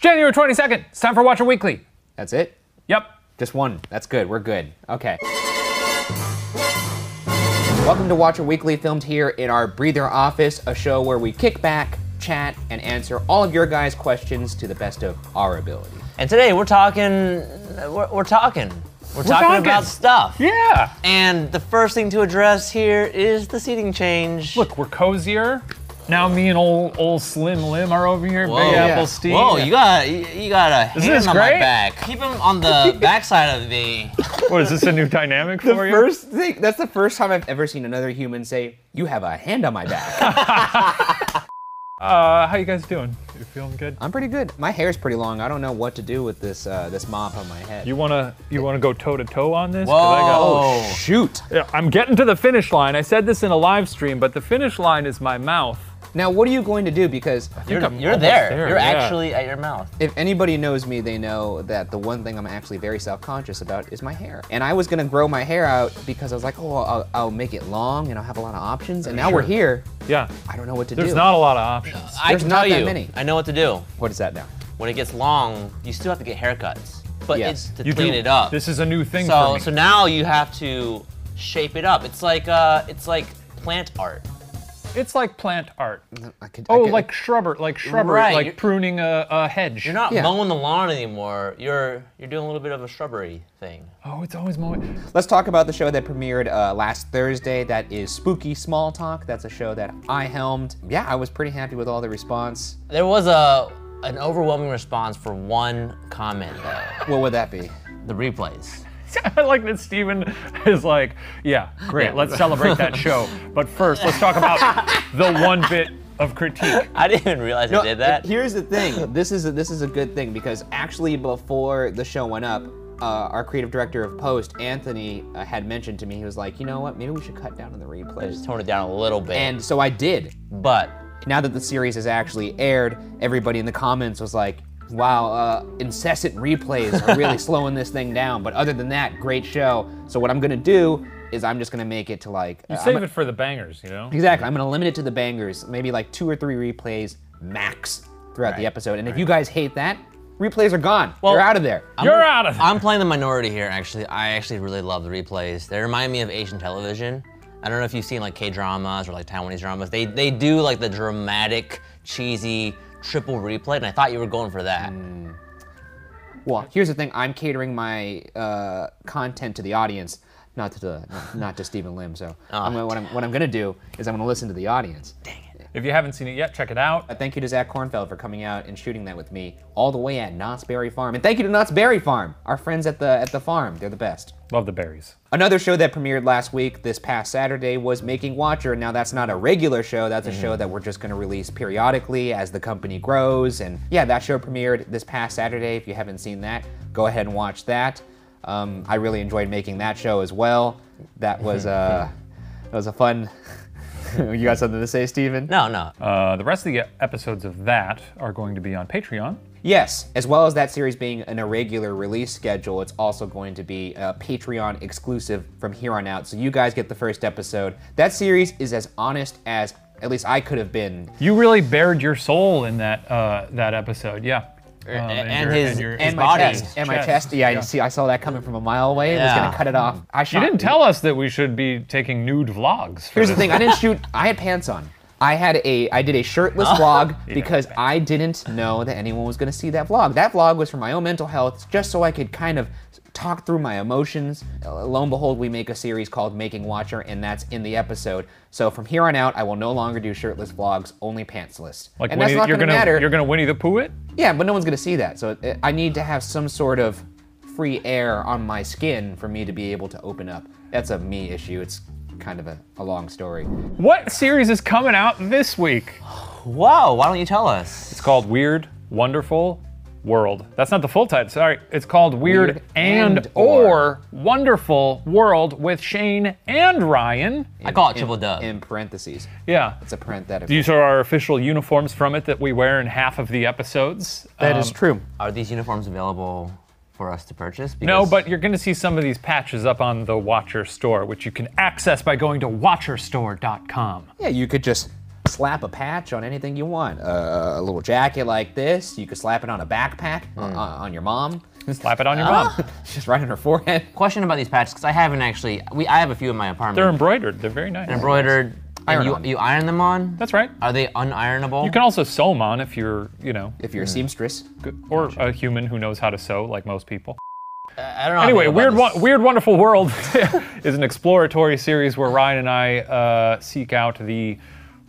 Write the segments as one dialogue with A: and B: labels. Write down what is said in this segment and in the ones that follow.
A: January 22nd. It's time for Watcher Weekly.
B: That's it?
A: Yep.
B: Just one. That's good. We're good. Okay. Welcome to Watcher Weekly, filmed here in our Breather office, a show where we kick back, chat, and answer all of your guys' questions to the best of our ability.
C: And today we're talking, we're, we're talking, we're, talking,
A: talking.
C: about stuff.
A: Yeah.
C: And the first thing to address here is the seating change.
A: Look, we're cozier. Now me and old old Slim Lim are over here. Big
C: Yeah.
A: Apple Steve.
C: Whoa, you got you, you got a
A: Isn't
C: hand
A: this
C: on
A: great?
C: my back. Keep him on the backside of me.
A: What is this a new dynamic for you?
B: First thing, that's the first time I've ever seen another human say, You have a hand on my back.
A: Uh, how you guys doing? You feeling good?
B: I'm pretty good. My hair's pretty long. I don't know what to do with this uh, this mop on my head.
A: You wanna you wanna go toe to toe on this?
C: oh,
A: 'Cause I got-
C: Whoa.
B: Shoot.
A: Yeah, I'm getting to the finish line. I said this in a live stream, but the finish line is my mouth.
B: Now, what are you going to do? Because Oh,
C: You're,
A: I'm
C: you're
A: almost
C: there.
A: there,
C: You're
A: yeah.
C: actually at your mouth.
B: If anybody knows me, they know that the one thing I'm actually very self-conscious about is my hair. And I was gonna grow my hair out because I was like, oh, I'll, I'll make it long and I'll have a lot of options. And now we're
A: Sure.
B: here.
A: Yeah.
B: I don't know what to
A: There's
B: do.
A: not a lot of options.
C: I
B: There's
C: can
B: not
C: tell
B: that
C: you,
B: many.
C: I know what to do.
B: What is that now?
C: When it gets long, you still have to get haircuts, but
B: Yes.
C: it's to
A: You
C: clean
A: do-
C: it up.
A: This is a new thing for
C: so
A: me.
C: so now you have to shape it up. It's like uh, it's like plant art.
A: it's like plant art.
B: I could, I
A: Oh,
B: could-
A: like shrubber, like shrubber,
C: Right,
A: like
C: you're-
A: pruning a, a hedge.
C: You're not
B: Yeah.
C: mowing the lawn anymore. You're you're doing a little bit of a shrubbery thing.
A: Oh, it's always more.
B: Let's talk about the show that premiered uh, last Thursday. That is Spooky Small Talk. That's a show that I helmed. Yeah, I was pretty happy with all the response.
C: There was a an overwhelming response for one comment though.
B: What would that be?
C: The replays.
A: I like that Steven is like, yeah, great,
C: Yeah.
A: let's celebrate that show. But first, let's talk about the one bit of critique.
C: I didn't even realize I
B: No,
C: did that.
B: Uh, Here's the thing. This is a, this is a good thing because actually before the show went up, uh, our creative director of Post, Anthony, uh, had mentioned to me. He was like, you know what? Maybe we should cut down on the replays.
C: Tone it down a little bit.
B: And so I did.
C: but
B: Now that the series is actually aired, everybody in the comments was like, wow, uh, incessant replays are really slowing this thing down. But other than that, great show. So what I'm gonna do is I'm just gonna make it to like uh, I'm
A: Save
B: gonna-
A: it for the bangers, you know?
B: Exactly. I'm going to limit it to the bangers, maybe like two or three replays max throughout the episode. And if you guys hate that, replays are gone. They're out of there.
A: You're out of
C: I'm playing the minority here actually. I actually really love the replays. They remind me of Asian television. I don't know if you've seen like K dramas or like Taiwanese dramas. They they do like the dramatic, cheesy triple replay, and I thought you were going for that.
B: Mm. well, here's the thing I'm catering my uh, content to the audience. Not to the, not, not to Stephen Lim. So I'm gonna, what I'm what I'm gonna do is I'm gonna listen to the audience.
A: If you haven't seen it yet, check it out.
B: Uh, thank you to Zach Kornfeld for coming out and shooting that with me all the way at Knott's Berry Farm, and thank you to Knott's Berry Farm, our friends at the at the farm. They're the best.
A: Love the berries.
B: Another show that premiered last week, this past Saturday, was Making Watcher. Now, that's not a regular show. That's a show that we're just going to release periodically as the company grows. And yeah, that show premiered this past Saturday. If you haven't seen that, go ahead and watch that. Um, I really enjoyed making that show as well. That was uh, that was a fun. you got something to say, Steven?
C: No, no.
A: Uh, the rest of the episodes of that are going to be on Patreon.
B: Yes, as well as that series being an irregular release schedule, it's also going to be uh, Patreon exclusive from here on out. So you guys get the first episode. That series is as honest as at least I could have been.
A: You really bared your soul in that uh, that episode, yeah. Um,
C: and
A: your-
C: his-
A: your-
C: and
B: Er, And my
C: body.
B: chest, and my chest. Yeah, you see, I saw that coming from a mile away. I was
C: Yeah.
B: gonna cut it off. I shot.
A: You didn't tell us that we should be taking nude vlogs. For
B: Here's the
A: this.
B: thing. I didn't shoot. I had pants on. I had a. I did a
A: Oh.
B: shirtless vlog because I didn't know that anyone was going to see that vlog. That vlog was for my own mental health, just so I could kind of talk through my emotions. Uh, Lo and behold, we make a series called Making Watcher, and that's in the episode. So from here on out, I will no longer do shirtless vlogs, only pantsless.
A: Like
B: and
A: Winnie,
B: that's not
A: you're
B: going to
A: gonna
B: matter.
A: you're gonna Winnie the Pooh it.
B: Yeah, but no one's gonna see that. So uh, I need to have some sort of free air on my skin for me to be able to open up. That's a me issue. It's kind of a, a long story.
A: What series is coming out this week?
C: Whoa, why don't you tell us?
A: It's called Weird Wonderful World. That's not the full title. Sorry, it's called Weird,
B: Weird
A: and,
B: and
A: or.
B: Or.
A: Wonderful World with Shane and Ryan.
C: I call it triple dub.
B: In parentheses.
A: Yeah.
B: It's a parenthetical.
A: These are our official uniforms from it that we wear in half of the episodes.
B: That is
A: Um,
B: true.
C: Are these uniforms available for us to purchase?
A: No,
C: Because-
A: but you're going to see some of these patches up on the Watcher store, which you can access by going to watcherstore.com.
B: Yeah, you could just slap a patch on anything you want. Uh, a little jacket like this, you could slap it on a backpack on,
A: Hmm.
B: on your mom.
A: Slap it on your mom.
B: Just right on her forehead.
C: Question about these patches because I haven't actually. We I have a few in my apartment.
A: They're embroidered. They're very nice.
C: embroidered. and
B: Iron
C: you,
B: on.
C: you iron them on.
A: That's right.
C: Are they unironable?
A: You can also sew them on if you're, you know,
B: If you're a
A: Hmm.
B: seamstress,
A: good- or a human who knows how to sew, like most people.
C: I don't know. how I
A: Anyway,
C: feel about
A: Weird,
C: this.
A: Wo- Weird Wonderful World is an exploratory series where Ryan and I uh, seek out the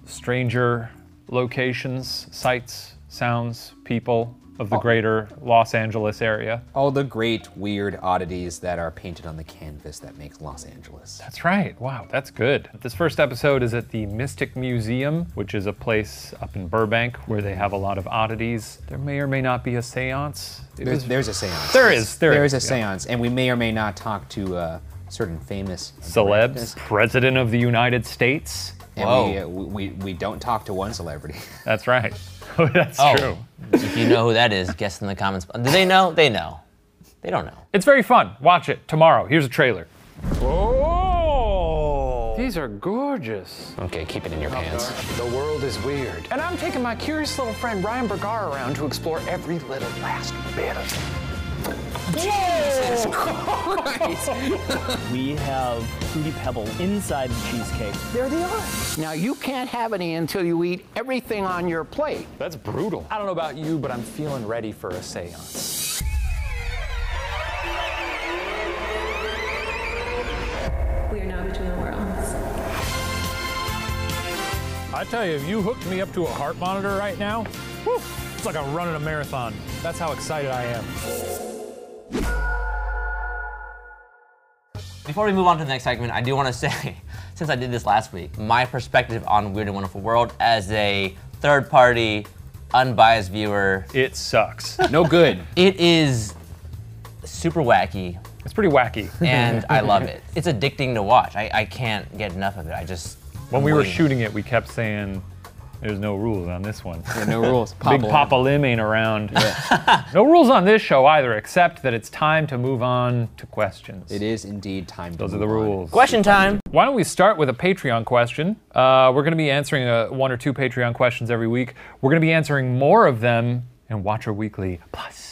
A: stranger locations, sights, sounds, people of the greater Los Angeles area.
B: all the great weird oddities that are painted on the canvas that makes Los Angeles.
A: That's right. Wow, that's good. This first episode is at the Mystic Museum, which is a place up in Burbank where they have a lot of oddities. There may or may not be a seance. It
B: There's,
A: was-
B: there's a seance.
A: There is, there
B: there
A: is,
B: is a
A: yeah.
B: seance, and we may or may not talk to uh, certain famous
A: celebs, president of the United States.
B: And we, uh, we, we, we don't talk to one celebrity.
A: That's right. That's
C: Oh.
A: true.
C: if you know who that is, guess in the comments. Do they know? They know. They don't know.
A: It's very fun. Watch it tomorrow. Here's a trailer. Oh! These are gorgeous.
D: Okay, keep it in your pants.
E: The world is weird.
D: And I'm taking my curious little friend Ryan Bergara around to explore every little last bit of it.
F: We have fruity pebbles inside the cheesecake.
D: There they are. Now, you can't have any until you eat everything on your plate. That's brutal. I don't know about you, but I'm feeling ready for a seance.
G: We are now between the worlds.
H: I tell you, if you hooked me up to a heart monitor right now, whew, it's like I'm running a marathon. That's how excited I am.
C: Before we move on to the next segment, I do want to say, since I did this last week, my perspective on Weird and Wonderful World as a third-party, unbiased viewer,
A: It sucks.
B: no good.
C: it is super wacky,
A: It's pretty wacky.
C: and I love it. It's addicting to watch. I, I can't get enough of it. I just
A: When we were
C: Wait.
A: shooting it, we kept saying, there's no rules on this one.
B: No rules.
A: Big Papa Lim ain't around. no rules on this show either, except that it's time to move on to questions.
B: It is indeed time to
A: Those are the
B: move on.
A: rules.
C: question time.
A: Why don't we start with a Patreon question? Uh, we're going to be answering uh one or two Patreon questions every week. We're going to be answering more of them in Watcher Weekly Plus.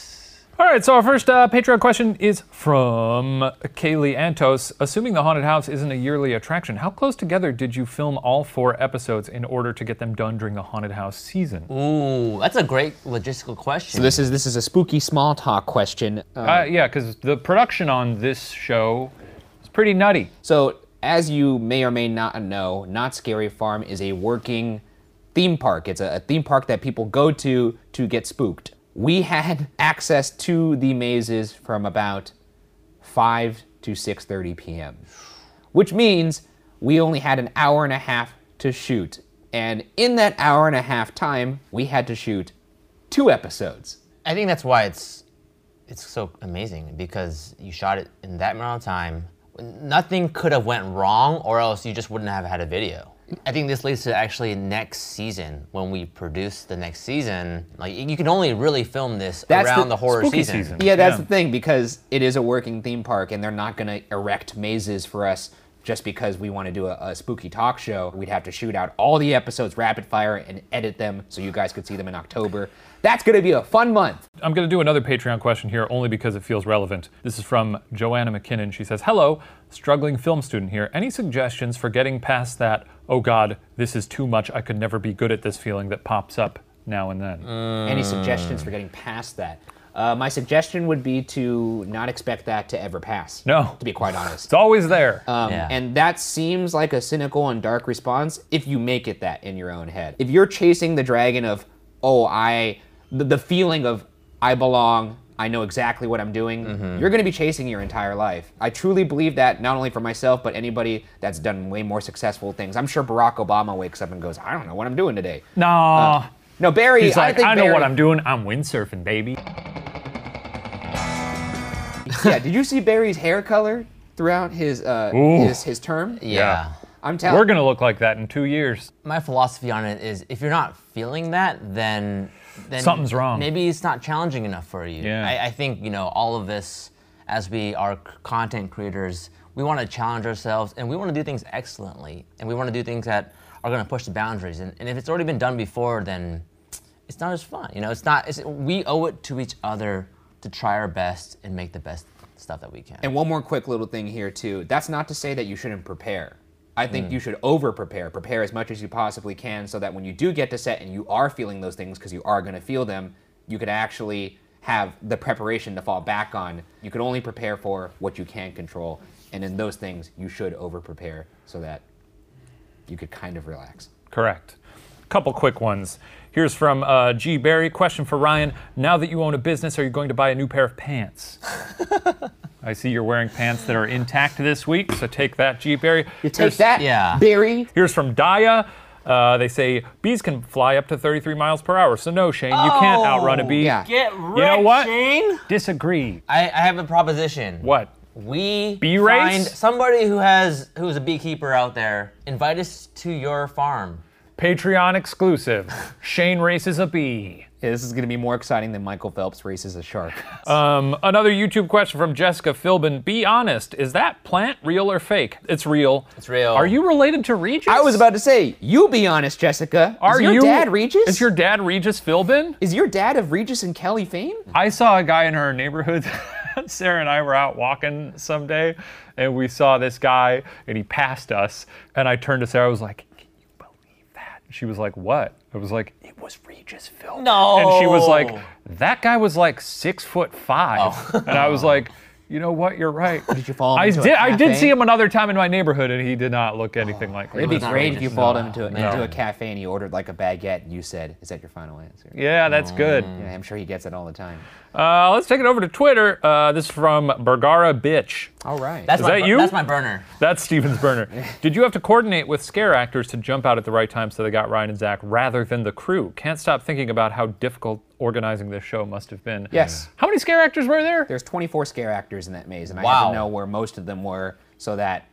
A: All right, so our first uh, Patreon question is from Kaylee Antos. Assuming the haunted house isn't a yearly attraction, how close together did you film all four episodes in order to get them done during the haunted house season?
C: Ooh, that's a great logistical question.
B: So this is this is a spooky small talk question. Uh,
A: Uh, yeah, because the production on this show is pretty nutty.
B: so as you may or may not know, Not Scary Farm is a working theme park. It's a, a theme park that people go to to get spooked. We had access to the mazes from about 5 to 6:30 p.m. which means we only had an hour and a half to shoot. And in that hour and a half time, we had to shoot two episodes.
C: I think that's why it's it's so amazing because you shot it in that amount of time. Nothing could have went wrong, or else you just wouldn't have had a video. I think this leads to actually next season when we produce the next season. Like you can only really film this
B: That's
C: around the,
B: the
C: horror
A: spooky
C: season.
A: season.
B: Yeah, that's
A: Yeah.
B: the thing because it is a working theme park, and they're not going to erect mazes for us just because we want to do a, a spooky talk show. We'd have to shoot out all the episodes rapid fire and edit them so you guys could see them in October. That's going to be a fun month.
A: I'm going to do another Patreon question here only because it feels relevant. This is from Joanna McKinnon. She says, Hello, struggling film student here. Any suggestions for getting past that, oh God, this is too much, I could never be good at this feeling that pops up now and then?
B: Any suggestions for getting past that? Uh, my suggestion would be to not expect that to ever pass.
A: No.
B: To be quite honest.
A: It's always there.
B: Um,
C: Yeah.
B: And that seems like a cynical and dark response if you make it that in your own head. If you're chasing the dragon of, oh, I, the, the feeling of, I belong, I know exactly what I'm doing,
A: Mm-hmm.
B: you're going to be chasing your entire life. I truly believe that not only for myself, but anybody that's done way more successful things. I'm sure Barack Obama wakes up and goes, I don't know what I'm doing today.
A: nah.
B: No, Barry,
A: He's
B: uh, I
A: like,
B: think
A: I, know
B: Barry-
A: what I'm doing. I'm windsurfing, baby.
B: yeah, did you see Barry's hair color throughout his uh, his, his term?
C: Yeah.
B: I'm telling
A: We're going to look like that in two years.
C: My philosophy on it is if you're not feeling that, then, then
A: Something's wrong.
C: Maybe it's not challenging enough for you.
A: Yeah.
C: I, I think, you know, all of this, as we are c- content creators, we want to challenge ourselves and we want to do things excellently and we want to do things that are going to push the boundaries. And, and if it's already been done before, then it's not as fun. You know, it's not. It's, we owe it to each other to try our best and make the best stuff that we can.
B: And one more quick little thing here too. That's not to say that you shouldn't prepare. I think you should over prepare. Prepare as much as you possibly can so that when you do get to set and you are feeling those things because you are going to feel them, you could actually have the preparation to fall back on. You can only prepare for what you can control. And in those things, you should over prepare so that you could kind of relax.
A: Correct. Couple quick ones. Here's from uh, G. Barry. Question for Ryan. Now that you own a business, are you going to buy a new pair of pants? I see you're wearing pants that are intact this week, so take that, G. Barry.
B: You take that,
C: yeah.
B: Barry.
A: Here's from Daya. Uh, they say bees can fly up to 33 miles per hour, so no, Shane, you can't outrun a bee.
B: Oh, Yeah.
C: Get right,
A: know what?
C: Shane.
A: Disagree.
C: I, I have a proposition.
A: What?
C: We
A: Bee race?
C: find somebody who has who's a beekeeper out there. Invite us to your farm.
A: Patreon exclusive. Shane races a bee.
B: Yeah, this is going to be more exciting than Michael Phelps races a shark.
A: Another YouTube question from Jessica Philbin. Be honest, is that plant real or fake? It's real.
C: It's real.
A: Are you related to Regis?
B: I was about to say, you be honest, Jessica.
A: Are
B: is your
A: you-
B: dad Regis?
A: Is your dad Regis Philbin?
B: Is your dad of Regis and Kelly fame?
A: I saw a guy in our neighborhood. Sarah and I were out walking someday, and we saw this guy, and he passed us. And I turned to Sarah. I was like, "Can you believe that?" And she was like, "What?" I was like, "It was Regis Philbin."
C: No.
A: And she was like, "That guy was like six foot five. and I was like. You know what? You're right. Did
B: you follow him
A: I
B: into a
A: did. I did
B: cafe?
A: see him another time in my neighborhood, and he did not look anything like
B: It'd be
A: Regis.
C: not
B: great
C: Regis,
B: if you
C: no.
B: followed him into a,
C: No.
B: into a cafe and he ordered like a baguette and you said, Is that your final answer?
A: Yeah, that's good.
B: Yeah, I'm sure he gets it all the time.
A: Uh, let's take it over to Twitter. Uh, this is from Bergara Bitch.
B: All right.
C: That's
A: Is
C: my,
A: that you?
C: That's my burner.
A: That's Steven's burner. Did you have to coordinate with scare actors to jump out at the right time so they got Ryan and Zach rather than the crew? Can't stop thinking about how difficult organizing this show must have been.
B: Yes.
A: How many scare actors were there?
B: There's 24 scare actors in that maze, and I had
C: Wow.
B: to know where most of them were so that,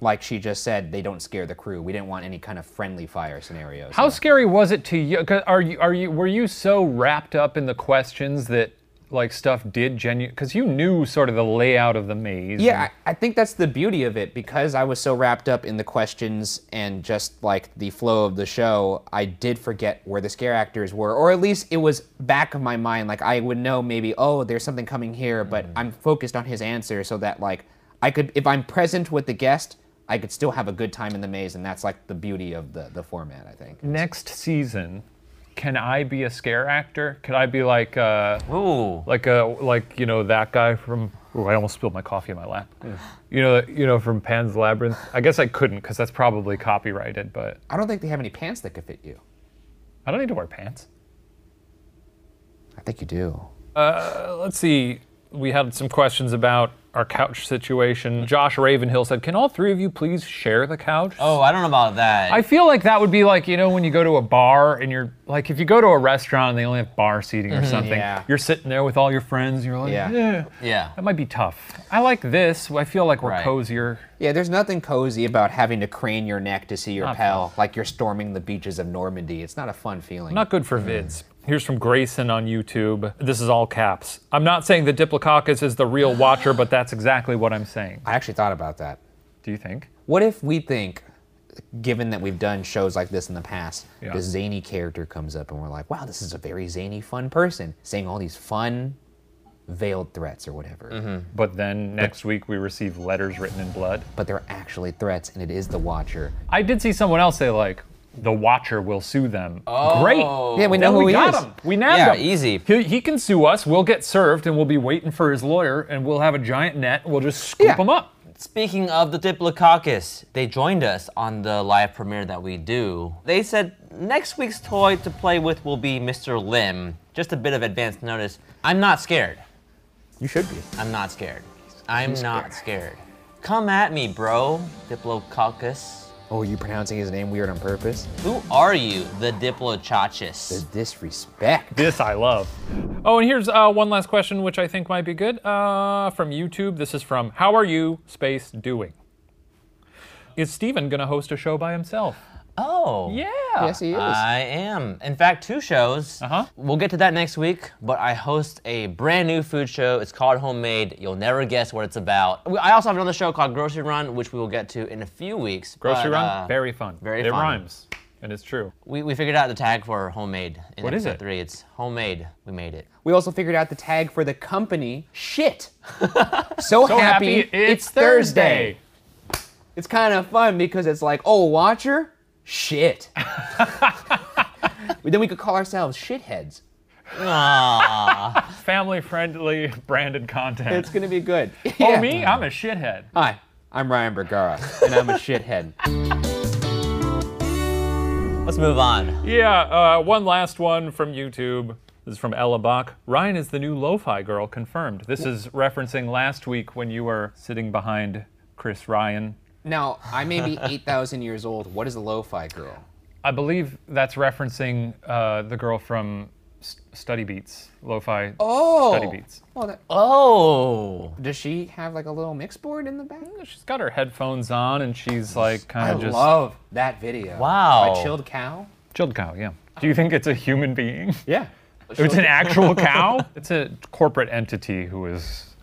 B: like she just said, they don't scare the crew. We didn't want any kind of friendly fire scenarios.
A: How scary was it to you? 'cause Are you are you were you so wrapped up in the questions that like stuff did genuine? Because you knew sort of the layout of the maze.
B: Yeah, I, I think that's the beauty of it because I was so wrapped up in the questions and just like the flow of the show, I did forget where the scare actors were, or at least it was back of my mind. Like I would know maybe, oh, there's something coming here, but I'm focused on his answer so that like I could, if I'm present with the guest, I could still have a good time in the maze, and that's like the beauty of the the format. I think.
A: Next season, can I be a scare actor? Could I be like? Uh,
C: Ooh.
A: like uh like you know that guy from oh I almost spilled my coffee in my lap. You know you know from Pan's Labyrinth. I guess I couldn't because that's probably copyrighted. But
B: I don't think they have any pants that could fit you.
A: I don't need to wear pants.
B: I think you do.
A: Uh, Let's see. We had some questions about our couch situation. Josh Ravenhill said, "Can all three of you please share the couch?"
C: Oh, I don't know about that.
A: I feel like that would be like you know when you go to a bar and you're like if you go to a restaurant and they only have bar seating or something,
B: Yeah.
A: you're sitting there with all your friends. And you're like,
B: Yeah.
A: Mm-hmm. yeah.
C: yeah.
A: That might be tough. I like this. I feel like we're
C: Right.
A: cozier.
B: Yeah, there's nothing cozy about having to crane your neck to see your
A: Not
B: pal, like you're storming the beaches of Normandy. It's not a fun feeling.
A: Not good for vids. Here's from Grayson on YouTube. This is all caps. I'm not saying that Diplococcus is the real watcher, but that's exactly what I'm saying.
B: I actually thought about that.
A: Do you think?
B: What if we think, given that we've done shows like this in the past,
A: Yeah.
B: this zany character comes up and we're like, wow, this is a very zany, fun person saying all these fun, veiled threats or whatever.
A: But then next week we receive letters written in blood.
B: But they're actually threats and it is the Watcher.
A: I did see someone else say like, the watcher will sue them. Great.
B: Yeah, we
A: Then
B: know who
A: we
B: he
A: got
B: is.
A: him. We nabbed
C: Yeah,
A: him.
C: easy.
A: He, he can sue us. We'll get served, and we'll be waiting for his lawyer, and we'll have a giant net. We'll just scoop
B: Yeah.
A: him up.
C: Speaking of the Diplococcus, they joined us on the live premiere that we do. They said next week's toy to play with will be Mr. Lim. Just a bit of advance notice. I'm not scared.
B: You should be.
C: I'm not scared. I'm not scared. Come at me, bro, Diplococcus.
B: Oh, are you pronouncing his name weird on purpose?
C: Who are you, the Diplochachus?
B: The disrespect.
A: This I love. Oh, and here's uh, one last question, which I think might be good uh, from YouTube. This is from How Are You Space Doing? Is Steven going to host a show by himself?
C: Oh.
A: Yeah.
B: Yes, he is.
C: I am. In fact, two shows.
A: Uh-huh.
C: We'll get to that next week, but I host a brand new food show. It's called Homemade. You'll never guess what it's about. We- I also have another show called Grocery Run, which we will get to in a few weeks.
A: Grocery
C: but,
A: run,
C: uh,
A: very fun.
C: very
A: It
C: fun.
A: rhymes, and it's true.
C: We, we figured out the tag for Homemade in
A: What is
C: episode
A: it?
C: three. It's Homemade. We made it.
B: We also figured out the tag for the company. Shit. so,
A: So happy, it's, Thursday.
B: It's kind of fun because it's like, oh, Watcher? Shit. then we could call ourselves shitheads.
A: Family-friendly branded content.
B: It's going to be good.
A: oh
B: Yeah.
A: me, I'm a shithead.
B: Hi, I'm Ryan Bergara, and I'm a shithead.
C: Let's move on.
A: Yeah, uh, one last one from YouTube. This is from Ella Bach. Ryan is the new lo-fi girl, confirmed. This is referencing last week when you were sitting behind Chris Ryan.
B: Now, I may be 8,000 years old. What is a lo fi girl?
A: I believe that's referencing uh, the girl from S- Study Beats, lo-fi
B: Oh.
A: Study Beats.
B: Well, that,
C: Oh.
B: does she have like a little mix board in the back?
A: She's got her headphones on and she's like kind
B: I
A: of just
B: love that video.
C: Wow.
B: By Chilled Cow?
A: chilled cow. Yeah. Do you think it's a human being?
B: Yeah.
A: It's an actual cow. It's a corporate entity who is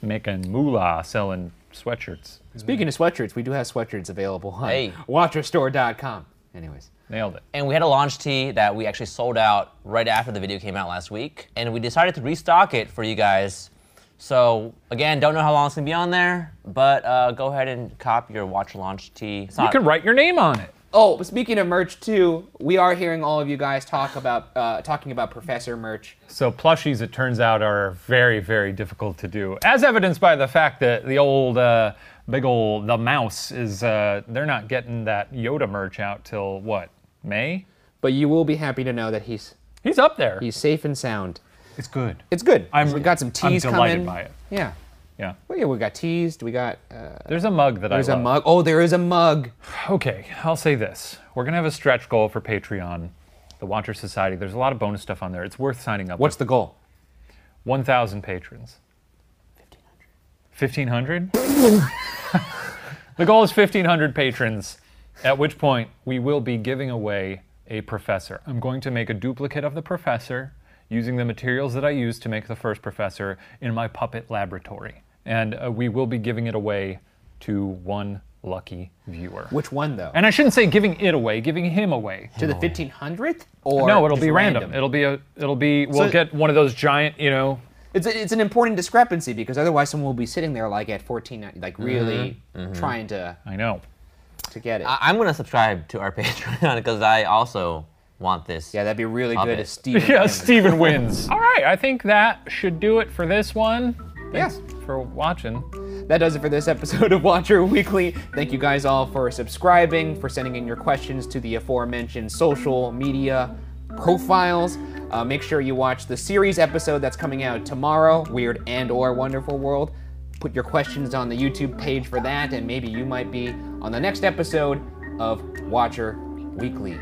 A: making moolah, selling sweatshirts.
B: Speaking of sweatshirts, we do have sweatshirts available on
C: Hey.
B: watcherstore.com. Anyways,
A: Nailed it.
C: and we had a launch tee that we actually sold out right after the video came out last week, and we decided to restock it for you guys. So again, don't know how long it's gonna be on there, but uh, go ahead and cop your watch launch tee. It's
A: You
C: not-
A: can write your name on it.
B: oh, but speaking of merch too, we are hearing all of you guys talk about uh, talking about Professor merch.
A: So plushies, it turns out, are very, very difficult to do, as evidenced by the fact that the old, uh, big old, the mouse is. Uh, they're not getting that Yoda merch out till what? May?
B: But you will be happy to know that he's
A: He's up there.
B: he's safe and sound.
A: it's good.
B: It's good.
A: I'm-
B: we got some
A: I'm
B: teas
A: delighted
B: coming.
A: by it.
B: Yeah.
A: Yeah.
B: Well, yeah, we got teased. We got uh,
A: There's a mug that
B: there's
A: I
B: a
A: love.
B: mug. Oh, there is a mug.
A: Okay, I'll say this. We're gonna have a stretch goal for Patreon, the Watcher Society. There's a lot of bonus stuff on there. It's worth signing up.
B: What's the goal?
A: 1,000 patrons. 1,500. 1,500? the goal is 1,500 patrons, at which point we will be giving away a professor. I'm going to make a duplicate of the professor using the materials that I used to make the first professor in my puppet laboratory. And uh, we will be giving it away to one lucky viewer.
B: Which one though?
A: And I shouldn't say giving it away, giving him away.
B: to the 1500th or
A: no, it'll
B: just
A: be random. It'll be a it'll be we'll
B: So-
A: get one of those giant, you know,
B: It's, a, it's an important discrepancy because otherwise someone will be sitting there like at 14 like really trying to
A: I know.
B: to get it.
C: I- I'm gonna subscribe to our Patreon because I also want this.
B: yeah, that'd be really
C: I'll
B: good
C: bet.
B: if Steve
A: Yeah, Steven wins. All right, I think that should do it for this one.
B: Yes.
A: For watching.
B: That does it for this episode of Watcher Weekly. Thank you guys all for subscribing, for sending in your questions to the aforementioned social media profiles. Uh, make sure you watch the series episode that's coming out tomorrow, Weird and or Wonderful World. Put your questions on the YouTube page for that, and maybe you might be on the next episode of Watcher Weekly.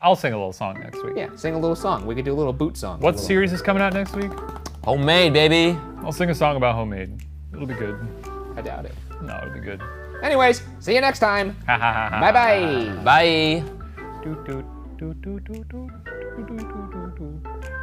A: I'll sing a little song next week.
B: Yeah, sing a little song. We could do a little boot song.
A: What
B: A little-
A: series is coming out next week?
C: Homemade, baby.
A: I'll sing a song about homemade. It'll be good.
B: I doubt it.
A: No, it'll be good.
B: Anyways, see you next time.
A: Ah.
B: bye bye.
C: Bye.
A: Doot, doot, doot, doot, doot, doot, doot, doot, doot, doot.